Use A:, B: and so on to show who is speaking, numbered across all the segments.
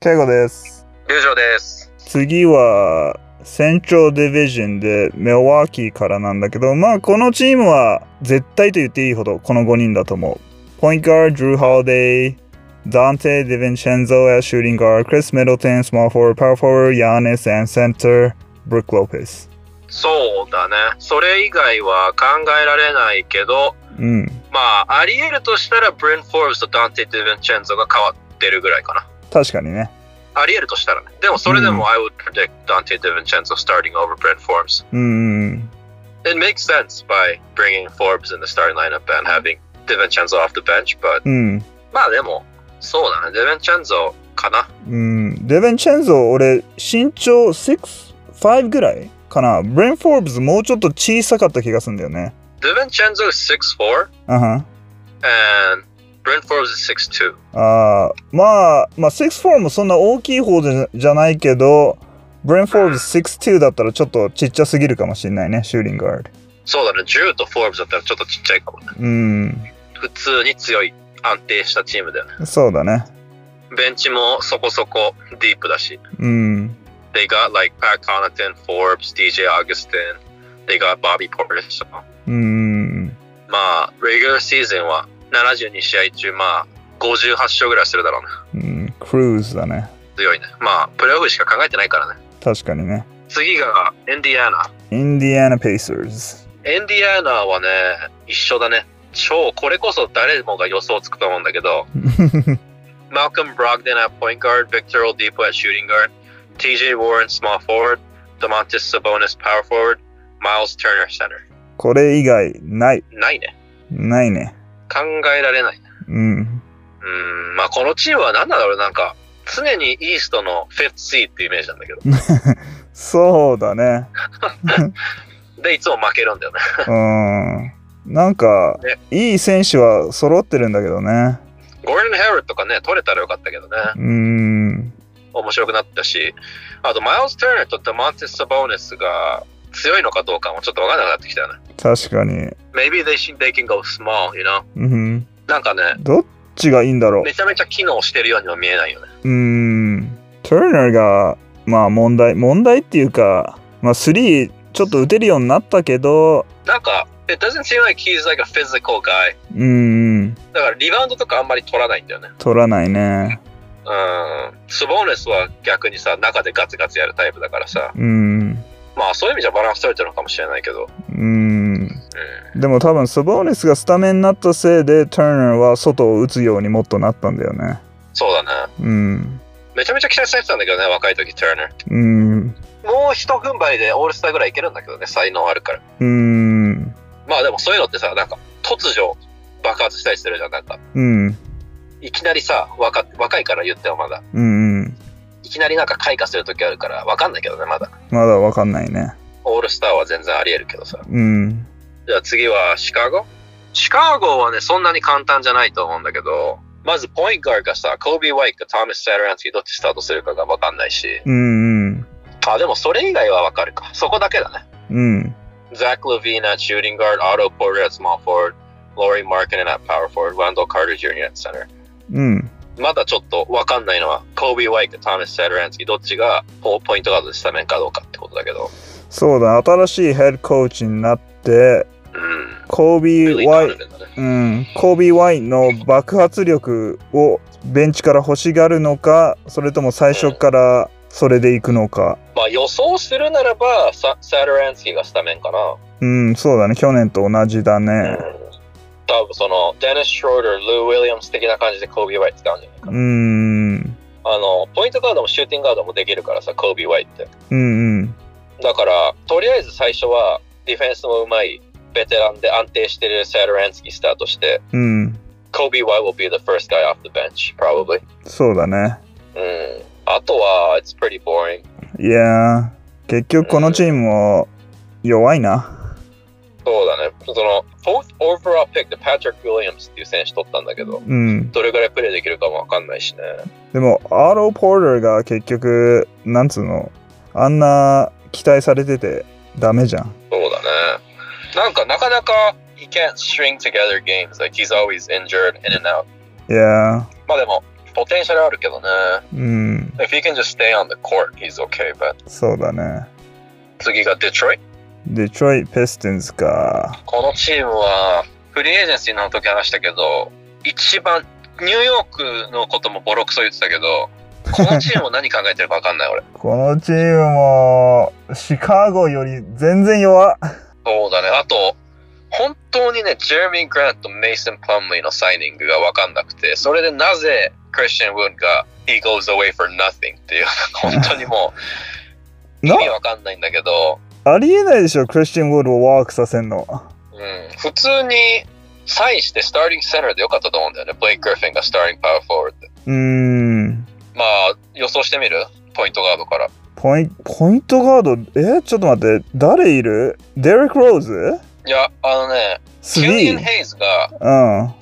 A: ケイゴです。
B: 龍城です。
A: 次は、セントラルディビジョンでメワーキーからなんだけど、まあこのチームは絶対と言っていいほどこの5人だと思う。ポイントガード、ドルー・ハーデイ、ダンテ・ディヴィンシェンゾやシューティングガード、クリス・ミドルテン、スモールフォワード、パワーフォワード、ヤーネス、センター、ブルック・ロペス。
B: そうだね。それ以外は考えられないけど、
A: うん。
B: まあ、あり得るとしたら、ブレン・フォーブスとダンテ・ディヴィンチェンゾが変わってるぐらいかな。
A: 確かにね。
B: あり得るとしたらね。でも、それで
A: う
B: も、I would predict Dante DiVincenzo starting over Brent Forbes.
A: うん。
B: It makes sense by bringing Forbes in the starting lineup and having DiVincenzo off the bench, but
A: うん。
B: まあでも、そうだね。DiVincenzo かな。
A: うん、デベンチェンゾ、俺、身長6、5ぐらいかな。ブレン・フォーブズ、もうちょっと小さかった気がするんだよね。
B: DiVincenzo is 6'4
A: あは
B: and Brent Forbes is 6'2.
A: あーまあ、まあ、6-4もそんな大きい方じゃじゃないけど、ブレン・フォーブズ6-2だったらちょっとちっちゃすぎるかもしれないね、シューリングガード。
B: そうだね。10と Forbes だったらちょっとちっちゃいかもね。
A: うん、
B: 普通に強い安定したチームだよね
A: そうだね。
B: ベンチもそこそこディープだし
A: うん、
B: They got like Pat Connaughton, Forbes, DJ Augustin They got Bobby Portis
A: うん、
B: まあ regular season は72試合中まあ58勝ぐらいするだろうね
A: うん、クルーズだね。
B: 強いねまあプレーオフしか考えてないからね
A: 確かにね。
B: 次がインディアナ
A: インディアナ・ペイサーズ。
B: インディアナはね一緒だね超これこそ誰もが予想つくと思うんだけど Malcolm Brogdon at point guard, Victor Oladipo at shooting guard, TJ Warren small forward, Demontis Sabonis power forward, Miles Turner center.
A: これ以外、ない。
B: ないね。
A: ないね。
B: 考えられない。
A: うん、
B: うーん、まあこのチームは何なんだろうなんか、常にイーストの fifth seed っていうイメージなんだけど。
A: そうだね。
B: で、いつも負けるんだよね。
A: うん。なんか
B: ね、
A: いい選手は揃ってるんだけどね。
B: ゴールデン・ヘルとかね、取れたらよかったけどね。
A: うん。
B: 面白くなったし、あと、マイルス・ターナーとデマンティス・サボーネスが強いのかどうかもちょっと分からなくなってきたよね。
A: 確かに。
B: Maybe they, should, they can go small, you know?
A: うん。
B: なんかね、
A: どっちがいいんだろ
B: めちゃめちゃ機能してるようにも見えないよね。
A: う。うん。トゥーナーが、まあ問題、問題っていうか、まあ3ちょっと打てるようになったけど、
B: なんか、it doesn't seem like he's like a physical guy.
A: うん。
B: だからリバウンドとかあんまり取らないんだよね。
A: 取らないね。
B: うん。スボーネスは逆にさ、中でガツガツやるタイプだからさ、
A: うん。
B: まあそういう意味じゃバランス取れてるのかもしれないけど、
A: うん。
B: う
A: でも多分、スボーネスがスタメンになったせいで、トゥーナーは外を打つようにもっとなったんだよね。
B: ん、そうだね。
A: うん。
B: めちゃめちゃ期待されてたんだけどね、若い時、ターナー。
A: うん。
B: もう一踏ん張りでオールスターぐらいいけるんだけどね、才能あるから。
A: うん。
B: まあでもそういうのってさ、なんか突如爆発したりするじゃん、なんか。
A: うん。
B: いきなりさ、若若いから言ってもまだ。
A: うんうん。
B: いきなりなんか開花する時あるから、わかんないけどね、まだ。
A: まだわかんないね。
B: オールスターは全然あり得るけどさ。
A: うん。
B: じゃあ次はシカゴシカゴはね、そんなに簡単じゃないと思うんだけど、まずポイントガードがさ、コービー・ワイクかトーマス・サランスキーどっちスタートするかがわかんないし、
A: うんうん。
B: あ、でもそれ以外はわかるか。そこだけだね。
A: うん。
B: ザック・レヴィーナ、シューティングガード、アト・ポール、スモール・フォワード、ローリー・マーケン、アッパワーフォワード、ワンド・カール・ジュニア、センター。
A: うん。
B: まだちょっとわかんないのは、コービー・ワイクかトーマス・サランスキーどっちがポポイントガードでスタメンかどうかってことだけど、
A: そうだ、新しいヘッドコーチになって、
B: うん。
A: コービー・ワイ、
B: トだね。
A: うん、コービー・ワイの爆発力をベンチから欲しがるのか、それとも最初からそれでいくのか。
B: まあ予想するならば、ササランスキーがスタメンかな。
A: うん、そうだね、去年と同じだね。
B: 多分そのデニス・ショーダー、ルー・ウィリアムス的な感じでコービー・ワイト使うんじゃないかな、
A: うん、うん、
B: あのポイントガードもシューティングガードもできるからさコービー・ワイトって
A: うん、
B: だからとりあえず最初はディフェンスもうまいベテランで安定してるサル・ランスキースタートして
A: うん、
B: コービー・ワイト will be the first guy off the bench probably
A: そうだね。
B: うんあとは it's pretty boring
A: いやー、結局このチームも弱いな。
B: そうだねその fourth overall pick でパトリック・ウィリアムスっていう選手取ったんだけど
A: うん。
B: どれぐらいプレーできるかもわかんないしね
A: でも、アーロー・ポーターが結局、なんつうの、あんな期待されててダメじゃん。
B: そうだね。なんかなかなか he can't string together games. Like he's always injured in and out.
A: いや
B: まあでも、ポテンシャルあるけどね。
A: うん、
B: If he can just stay on the court, he's okay, but
A: そうだね。
B: 次が Detroit。
A: デトロイト・ペステンズか。
B: このチームは、フリーエージェンシーの時話したけど、一番、ニューヨークのこともボロクソ言ってたけど、このチーム何考えてるか分かんない俺。
A: このチームもシカゴより全然弱。
B: そうだね。あと、本当にね、ジェレミー・グラントとメイソン・プラムリーのサイニングが分かんなくて、それでなぜクリスチャン・ウォンが He goes away for nothing っていう、 本当にもう意
A: な
B: 味分かんないんだけど、
A: ありえないでしょ、クリスチャン・ウォールをワークさせんの。
B: うん、普通にサインしてスターティングセンターでよかったと思うんだよね。ブレイク・グリフィンがスターティングパワーフォワードで。
A: うーん。
B: まあ、予想してみるポイントガードから。
A: ポインポイントガード、えちょっと待って、誰いるデレック・ローズ
B: いや、あのね、
A: ス
B: キュリアン・
A: リー
B: ヘイズが、
A: うん。
B: It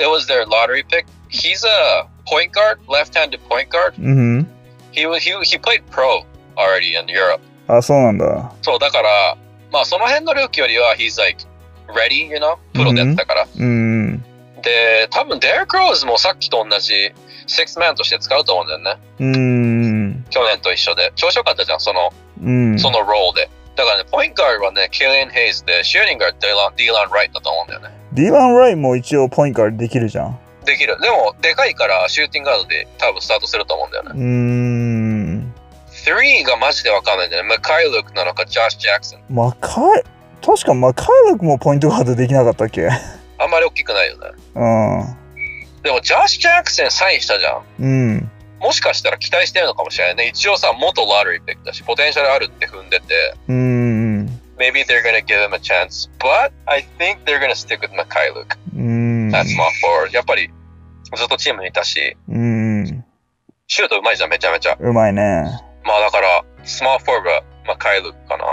B: was their lottery pick. He's a point guard, left-handed point guard.
A: うん。
B: He, was- he, he played pro already in Europe.
A: あ、そうなんだ。
B: そう、だから、まあ、その辺のルーキーよりは、he's like, ready, you know? プロでやってたから。
A: うん。
B: で、多分、デレック・ローズもさっきと同じ、シックスマンとして使うと思うんだよね。
A: うん。
B: 去年と一緒で。調子良かったじゃん、その、
A: うん。
B: そのロールで。だからね、ポイントガードはね、キリアン・ヘイズで、シューティングガード、ディラン・ディラン・ライトだと思うんだよね。
A: ディラン・ライも一応ポイントガードできるじゃん。
B: できる。でも、でかいから、シューティングガードで多分スタートすると思うんだよね
A: う。ーん。
B: 3がマジでわかんないんだよね。マカイ・ルークなのか、ジョシュ・ジャクソン。
A: マカイ、確かマカイロクもポイントガードできなかったっけ
B: あんまり大きくないよね。
A: う
B: でも、ジョシュ・ジャクソンサインしたじゃん。
A: ん。うん。
B: もしかしたら期待してるのかもしれないね。一応さ、元ラリーピックだし、ポテンシャルあるって踏んでて。
A: うん。
B: Maybe they're gonna give him a chance. But, I think they're gonna stick with Makai Luke.
A: うん。
B: That's my forward. やっぱり、ずっとチームにいたし、
A: うん。
B: シュートうまいじゃん、めちゃめちゃ。
A: うまいね。
B: まあだから、スマーフォーがマカイ・ルークかな。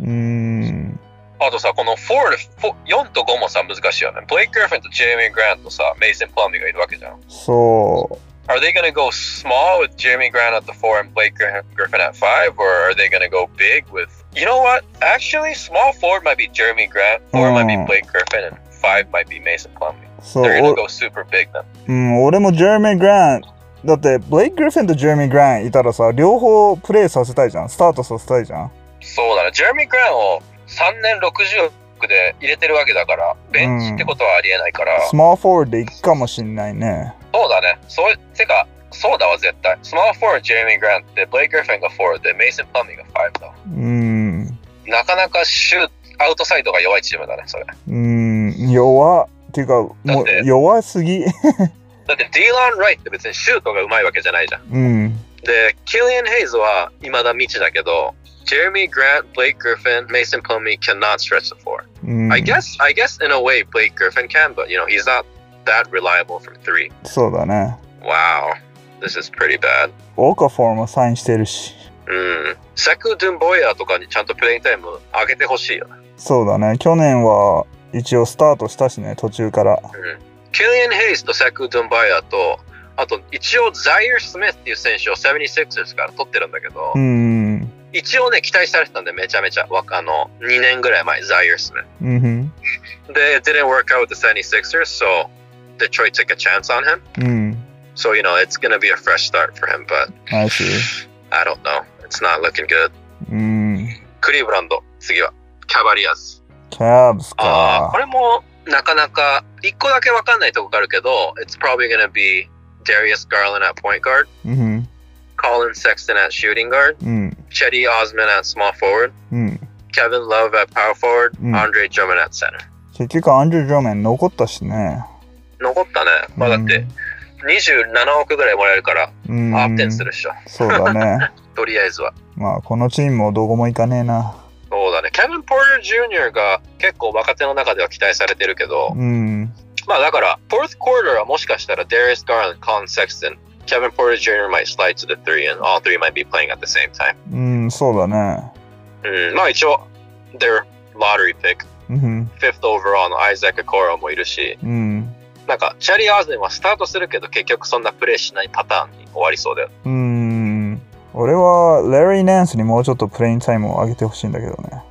A: うん。
B: あとさ、このフォールフォ4と5もさ、難しいよね。ブレイク・グリフィンとジェイミー・グラントとさ、メイソン・プラミーがいるわけじゃん。
A: そ
B: Are they gonna go small with Jeremy Grant at the four and Blake Gri- Griffin at five, or are they gonna go big with? You know what? Actually, small forward might be Jeremy Grant, four might be
A: Hmm. Oh,
B: Blake Griffin, and five might be Mason Plumlee.
A: う。そう。
B: They're
A: お
B: gonna go super big then.
A: うん、俺もジェレミー・グラント。だって、ブレイク・グリフィンとジェレミー・グラントいたらさ、両方プレイさせたいじゃん。スタートさせたいじゃん。
B: そうだね。Jeremy Grant を3年60億で入れてるわけだから、ベンチってことはありえないから、
A: スマーフォワードでいくかもしんないね。
B: そうだね。そうてか、そうだわ、絶対。スマーフォー、ジェイミー・グラントで、ブレイク・グリフィンがフォーで、メイソン・プラミーがファイブだ。
A: うん。
B: なかなかシューアウトサイドが弱いチームだね、それ。
A: うん。弱。っていうか、も
B: だっ
A: う
B: て
A: 弱すぎ。
B: だってディーラン・ライって別にシュートがうまいわけじゃないじゃん。
A: うん。
B: で、キリアン・ヘイズは未だ未知だけど、ジェレミー・グラント、ブレイク・グリフィン、メイソン・プラミー cannot stretch the floor.、
A: うん。
B: I guess, I guess in a way, Blake Griffin can, but you know, he's not that reliable from three.
A: そうだね。
B: Wow, this is pretty bad.
A: オカフォーもサインしてるし。
B: うん。サク・ドゥンボイヤーとかにちゃんとプレイングタイム上げてほしいよね。
A: そうだね。去年は一応スタートしたしね、途中から。
B: キリアン・ヘイズとサク・ドゥンボイヤーと、あと一応ザイアス・スミスっていう選手を 76ers から取ってるんだけど、
A: うん。うん
B: 一応ね、期待されてたんで、めちゃめちゃ、わあの、2年ぐらい前、ザイアスね。
A: うん。
B: They it didn't work out with the 76ers, so Detroit took a chance on him.
A: うん。
B: So, you know, it's going to be a fresh start for him, but
A: I see.
B: I don't know. It's not looking good.
A: うん。
B: クリーブランド、次は、キャバリアーズ。
A: キャブス
B: ああ、こ
A: か。
B: れも、なかなか、一個だけわかんないとこがあるけど、It's probably going to be Darius Garland at point guard,
A: うん。
B: Colin Sexton at shooting guard,
A: うん。
B: Chetty Osman at small forward,
A: うん。
B: Kevin Love at power forward,
A: うん
B: Andre Drummond at center.
A: 結局、アンジュ・ジョーメン残ったしね。
B: 残ったね。まあだって、27億ぐらいもらえるから、
A: うん、うん
B: アップテンするっしょ。
A: そうだ ね。
B: とりあえずは。
A: まあ、このチームもどこも行かねえな。
B: そうだね。ケビン・ポーター・ジュニアが結構若手の中では期待されてるけど、
A: うん。
B: まあだから、4th quarter はもしかしたら、Darius Garland、Colin Sexton、Kevin Porter Jr. might slide to the three and all three might be playing at the same time.
A: うん、そうだね。
B: うん、まあ一応、their lottery pick、
A: うん。
B: 5th overall の Isaac Okoro もいるし、
A: うん。
B: なんか、チャリー・アーズンはスタートするけど、結局そんなプレーしないパターンに終わりそうだよ。
A: うん。俺は、レリー・ナンスにもうちょっとプレイングタイムを上げてほしいんだけどね。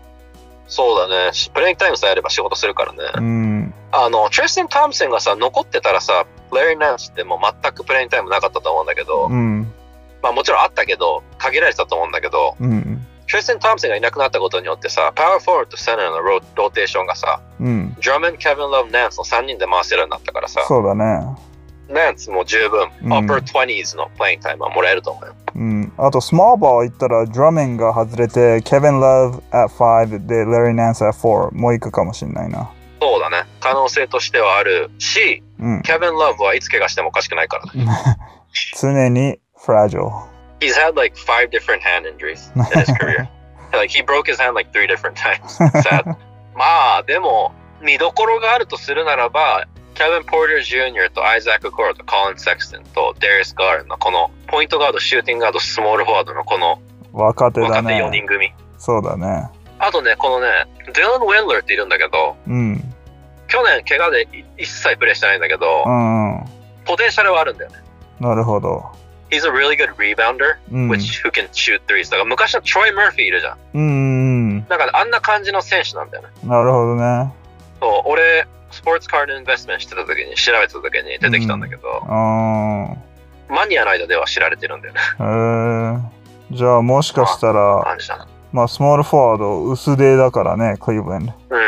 B: そうだね。プレイングタイムさえあれば仕事するからね。
A: うん。
B: あの、トレスティン・トムセンがさ、残ってたらさ、 Larry Nance ってもう全くプレインタイムなかったと思うんだけど、
A: うん。
B: まあもちろんあったけど、限られてたと思うんだけど、
A: うん。
B: トリスタン・トムソンがいなくなったことによってさ、パワーフォワードとセナーのローローテーションがさ、
A: うん。
B: ドラムン、ケビン・ロブ、ナンスの3人で回せるようになったからさ、
A: そうだね。
B: ナンスも十分、
A: うん
B: upper 20s のプレインタイムはもらえると思うよ。
A: うん。あと、スモーバー行ったら、ドラメンが外れて、ケビン・ラブ at 5で、レリー・ナンス at 4。もう一個かもしれないな。
B: そうだね。可能性としてはあるし、
A: うん。
B: ケビン・ロブはいつ怪我してもおかしくないからね。
A: 常に、フラジル。
B: He's had like five different hand injuries in his career. like he broke his hand like three different times. Sad. まあでも見どころがあるとするならば、ケビン・ポーター・ジュニアとアイザック・コールとコリン・セクストンとデリス・ガールのこのポイントガード、シューティングガード、スモールフォワードのこの
A: 若手だ
B: 若手4
A: ね。
B: 人組。
A: そうだね。
B: あとね、このね、ディラン・ウェンラーっているんだけど、
A: うん。
B: 去年怪我で一切プレーしてないんだけど
A: う、んうん。
B: ポテンシャルはあるんだよね。
A: なるほど。
B: He's a really good rebounder,
A: うん。うん
B: which who can shoot threes. だから昔のトロイ・マーフィーいるじゃん。
A: うんうん。
B: だからあんな感じの選手なんだよね。
A: なるほどね。
B: そう、俺、スポーツカードインベストメントしてた時に、調べてた時に出てきたんだけど、
A: うん。
B: マニアの間では知られてるんだよね。
A: へえじゃあもしかしたら、
B: 感じだな。
A: まあ、スモールフォワード薄手だからね、クリーブランド。
B: うん。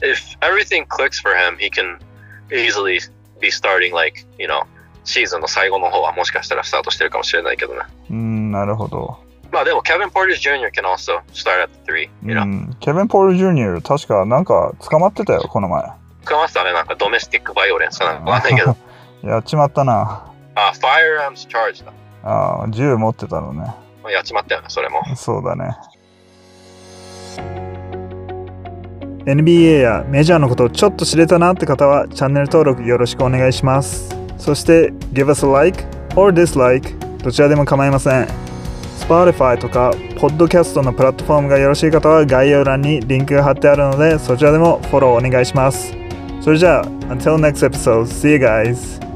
B: If everything clicks for him, he can easily be starting, like, you know, シーズンの最後の方はもしかしたらスタートしてるかもしれないけどね。
A: うん、なるほど。
B: まあでも、ケビン・ポーティス・ジュニア can also start at the three.
A: う
B: You know?
A: ん、ケビン・ポール・ジュニア、確かなんか捕まってたよ、この前。
B: かまってたね、なんかドメスティック・バイオレンスかなんかわかん ないけど。
A: やっちまったな。
B: あ、ファイアーアームス・チャージだ。
A: ああ、銃持ってたのね。
B: まあやっちまったよね、それも。
A: そうだね。NBA やメジャーのことをちょっと知れたなって方はチャンネル登録よろしくお願いします。そして Give us a like or dislike どちらでも構いません。Spotify とか Podcast のプラットフォームがよろしい方は概要欄にリンクが貼ってあるのでそちらでもフォローお願いします。それじゃあ Until next episode, see you guys!